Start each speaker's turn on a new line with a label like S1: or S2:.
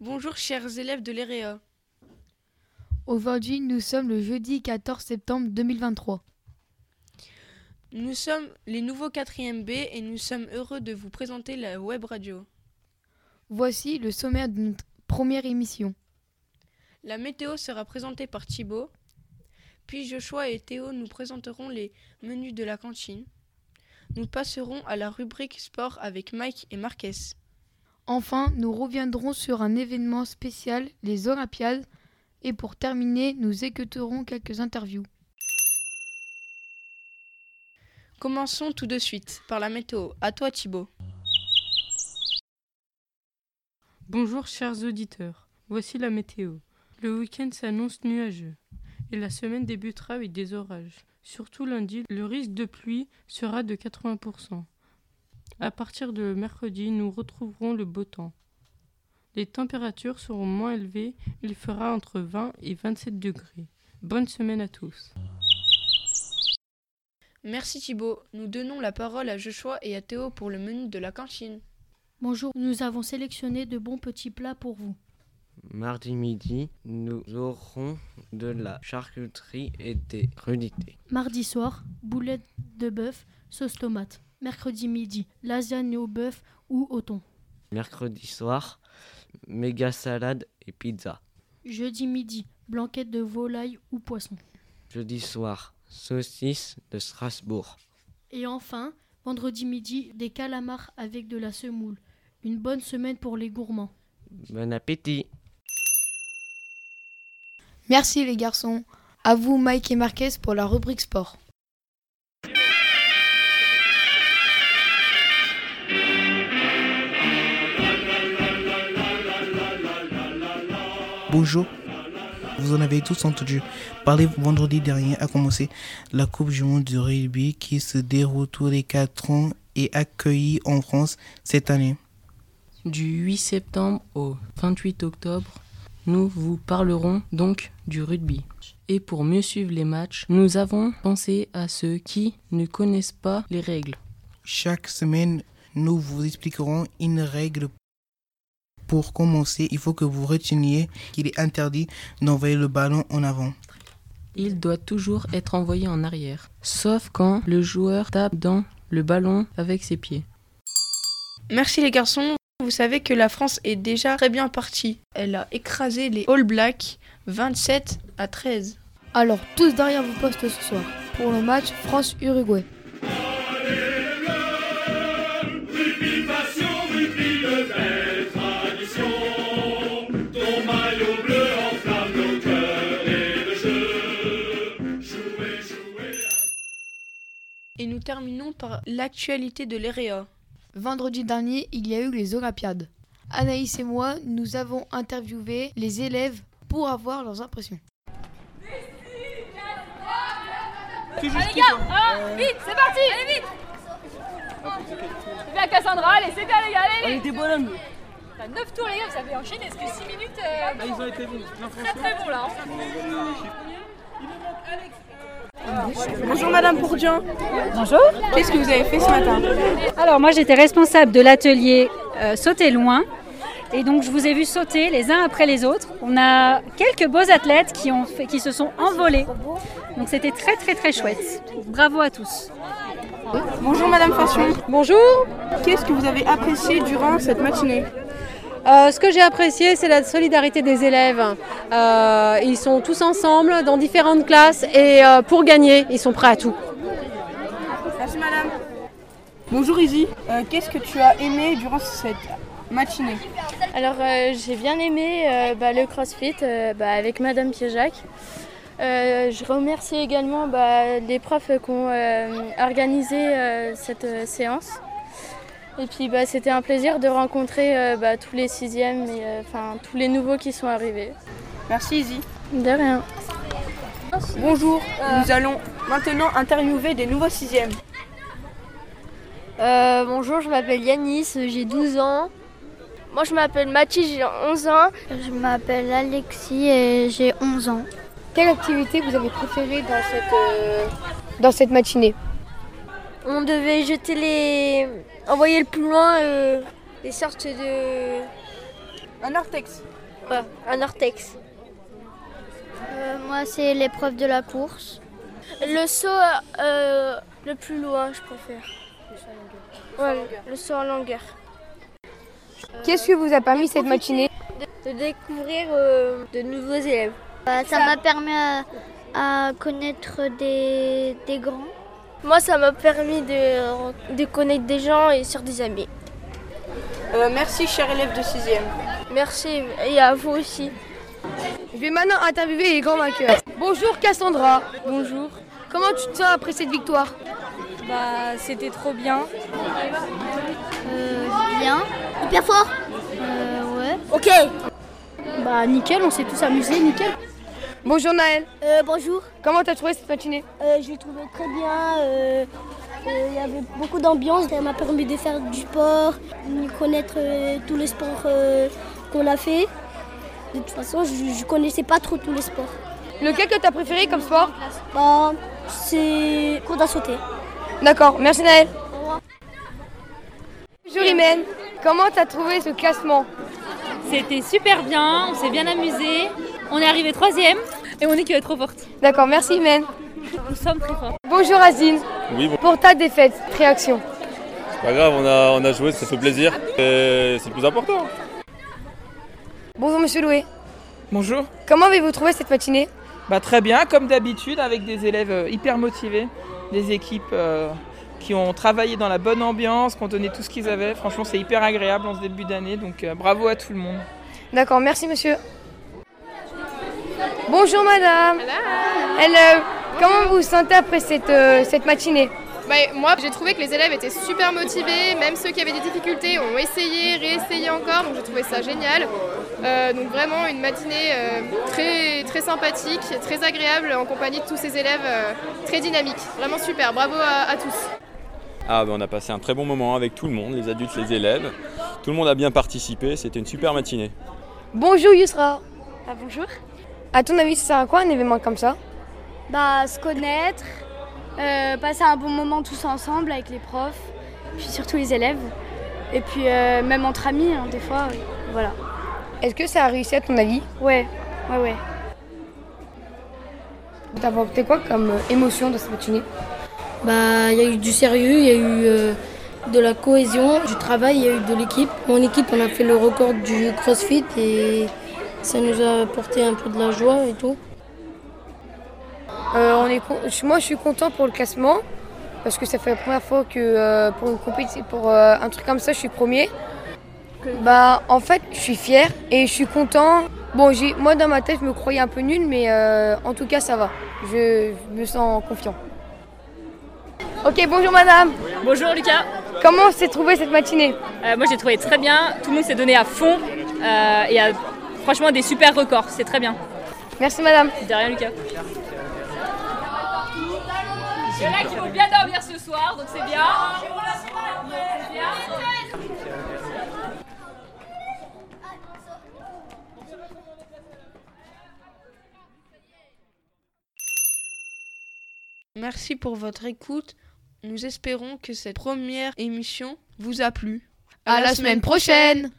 S1: Bonjour chers élèves de E l'EREA.
S2: Aujourd'hui, nous sommes le jeudi 14 septembre 2023.
S1: Nous sommes les nouveaux 4e B et nous sommes heureux de vous présenter la web radio.
S2: Voici le sommaire de notre première émission.
S1: La météo sera présentée par Thibaut. Puis Joshua et Théo nous présenteront les menus de la cantine. Nous passerons à la rubrique sport avec Mike et Marques.
S2: Enfin, nous reviendrons sur un événement spécial, les Olympiades. Et pour terminer, nous écouterons quelques interviews.
S1: Commençons tout de suite par la météo. À toi Thibaut.
S3: Bonjour chers auditeurs, voici la météo. Le week-end s'annonce nuageux et la semaine débutera avec des orages. Surtout lundi, le risque de pluie sera de 80%. À partir de mercredi, nous retrouverons le beau temps. Les températures seront moins élevées, il fera entre 20 et 27 degrés. Bonne semaine à tous.
S1: Merci Thibaut. Nous donnons la parole à Joshua et à Théo pour le menu de la cantine.
S4: Bonjour, nous avons sélectionné de bons petits plats pour vous.
S5: Mardi midi, nous aurons de la charcuterie et des crudités.
S4: Mardi soir, boulettes de bœuf, sauce tomate. Mercredi midi, lasagne au bœuf ou au thon.
S5: Mercredi soir, méga salade et pizza.
S4: Jeudi midi, blanquette de volaille ou poisson.
S5: Jeudi soir, saucisse de Strasbourg.
S4: Et enfin, vendredi midi, des calamars avec de la semoule. Une bonne semaine pour les gourmands.
S5: Bon appétit
S2: Merci les garçons. À vous Mike et Marques pour la rubrique sport.
S6: Bonjour. Vous en avez tous entendu parler vendredi dernier a commencé la Coupe du monde de rugby qui se déroule tous les 4 ans et accueillie en France cette année.
S7: Du 8 septembre au 28 octobre, nous vous parlerons donc du rugby. Et pour mieux suivre les matchs, nous avons pensé à ceux qui ne connaissent pas les règles.
S6: Chaque semaine, nous vous expliquerons une règle. Pour commencer, il faut que vous reteniez qu'il est interdit d'envoyer le ballon en avant.
S7: Il doit toujours être envoyé en arrière, sauf quand le joueur tape dans le ballon avec ses pieds.
S1: Merci les garçons. Vous savez que la France est déjà très bien partie. Elle a écrasé les All Blacks 27 à 13.
S2: Alors, tous derrière vos postes ce soir pour le match France-Uruguay.
S1: Et nous terminons par l'actualité de E l'EREA.
S2: Vendredi dernier, il y a eu les Olympiades. Anaïs et moi, nous avons interviewé les élèves pour avoir leurs impressions.
S8: Allez, les gars, un, vite, c'est parti Allez, vite C'est bien Cassandra, allez, c'est bien les gars, allez, allez
S9: des bonhommes
S8: T'as 9 tours les gars, vous avez enchaîné, est-ce que 6 minutes euh, bon,
S9: Ah, Ils ont été bons,
S8: Très très bon là hein.
S9: euh,
S8: Ah,
S10: Bonjour Madame Bourdian.
S11: Bonjour.
S10: Qu'est-ce que vous avez fait ce matin
S11: Alors moi j'étais responsable de l'atelier euh, Sauter loin. Et donc je vous ai vu sauter les uns après les autres. On a quelques beaux athlètes qui, ont fait- qui se sont envolés. Donc c'était très très très chouette. Bravo à tous.
S10: Bonjour Madame Fassion.
S12: Bonjour.
S10: Qu'est-ce que vous avez apprécié durant cette matinée
S12: Euh, ce que j'ai apprécié, c'est la solidarité des élèves. Euh, ils sont tous ensemble dans différentes classes et euh, pour gagner, ils sont prêts à tout.
S10: Merci Madame. Bonjour Izzy. Euh, Qu'est-ce que tu as aimé durant cette matinée
S13: Alors euh, j'ai bien aimé euh, bah, le CrossFit euh, bah, avec Madame Piejac. Euh, je remercie également bah, les profs qui ont euh, organisé euh, cette euh, séance. Et puis bah, c'était un plaisir de rencontrer euh, bah, tous les sixièmes et euh, enfin tous les nouveaux qui sont arrivés.
S10: Merci Izzy.
S13: De rien.
S10: Bonjour. Nous allons maintenant interviewer des nouveaux sixièmes.
S14: Euh, bonjour, je m'appelle Yanis, j'ai 12 ans.
S15: Moi, je m'appelle Mathis, j'ai 11 ans. Je m'appelle Alexis et j'ai 11 ans.
S14: Quelle activité vous avez préférée dans cette, euh, dans cette matinée
S15: On devait jeter les. envoyer le plus loin euh, des sortes de.
S16: Un ortex.
S17: Ouais, un ortex. Euh, moi, c'est l'épreuve de la course.
S18: Le saut euh, le plus loin, je préfère. Ouais, le saut en longueur.
S2: Euh, Qu'est-ce que vous a permis cette matinée
S17: De découvrir
S13: euh,
S17: de nouveaux élèves. Bah, ça m'a permis à, à connaître des, des grands.
S18: Moi, ça m'a permis de, de connaître des gens et sur des amis.
S16: Euh, merci, cher élève de 6e.
S18: Merci, et à vous aussi.
S2: Je vais maintenant interviewer les grands vainqueurs. Bonjour Cassandra. Bonjour. Comment tu te sens après cette victoire
S19: Bah, c'était trop bien.
S17: bien. Hyper fort
S19: ouais.
S17: Ok.
S2: Bah nickel, on s'est tous amusés, nickel. Bonjour Naël. bonjour. Comment t'as trouvé cette matinée
S13: Euh, je l'ai trouvé très bien. euh, euh, Il y avait beaucoup d'ambiance. Ça m'a permis de faire du sport, de connaître euh, tous les sports euh, qu'on a fait. De toute façon, je, je connaissais pas trop tous les sports.
S2: Lequel que t'as préféré comme sport
S13: Bah, c'est cours à sauter.
S2: D'accord, merci Naël. Bonjour Imen. Comment t'as trouvé ce classement
S20: C'était super bien, on s'est bien amusé. On est arrivé troisième et on est que trop forte.
S2: D'accord, merci Imen.
S20: Nous sommes très forts.
S2: Bonjour Azine.
S21: Oui, bon,
S2: Pour ta défaite, réaction.
S21: c'est pas grave, on a, on a joué, ça fait plaisir. Et c'est le plus important.
S2: Bonjour Monsieur Loué.
S3: Bonjour.
S2: Comment avez-vous trouvé cette matinée
S3: Bah, très bien, comme d'habitude, avec des élèves euh, hyper motivés, des équipes euh, qui ont travaillé dans la bonne ambiance, qui ont donné tout ce qu'ils avaient. Franchement, c'est hyper agréable en ce début d'année, donc euh, bravo à tout le monde.
S2: D'accord, merci monsieur. Bonjour madame. Hello. Comment vous vous sentez après cette, euh, cette matinée
S22: Bah, moi, j'ai trouvé que les élèves étaient super motivés, même ceux qui avaient des difficultés ont essayé, réessayé encore, donc j'ai trouvé ça génial. Euh, donc vraiment une matinée euh, très, très sympathique, très agréable en compagnie de tous ces élèves euh, très dynamiques. Vraiment super, bravo à- à tous.
S21: Ah, ben, on a passé un très bon moment avec tout le monde, les adultes, les élèves. Tout le monde a bien participé, c'était une super matinée.
S2: Bonjour Yusra.
S14: Ah, bonjour.
S2: À ton avis, ça sert à quoi un événement comme ça
S14: Bah, se connaître, euh, passer un bon moment tous ensemble avec les profs, puis surtout les élèves, et puis euh, même entre amis, hein, des fois, euh, voilà.
S2: Est-ce que ça a réussi à ton avis
S14: Ouais, ouais, ouais.
S2: T'as apporté quoi comme euh, émotion dans cette matinée
S23: Bah, il y a eu du sérieux, il y a eu euh, de la cohésion, du travail, il y a eu de l'équipe. Mon équipe, on a fait le record du CrossFit et ça nous a apporté un peu de la joie et tout.
S2: Euh, on est con- je- Moi, je suis content pour le classement parce que ça fait la première fois que euh, pour une compétition, pour euh, un truc comme ça, je suis premier. Bah, en fait, je suis fier et je suis content. Bon, j'ai, moi dans ma tête, je me croyais un peu nul, mais euh, en tout cas, ça va. Je, je me sens confiant. Ok, bonjour madame.
S14: Bonjour Lucas.
S2: Comment s'est trouvée cette matinée
S14: Euh, moi j'ai trouvé très bien, tout le monde s'est donné à fond euh, et a franchement des super records, c'est très bien.
S2: Merci madame.
S14: De rien Lucas.
S24: Il y en a qui vont bien dormir ce soir, donc c'est bien.
S1: Merci pour votre écoute. Nous espérons que cette première émission vous a plu.
S25: À la semaine prochaine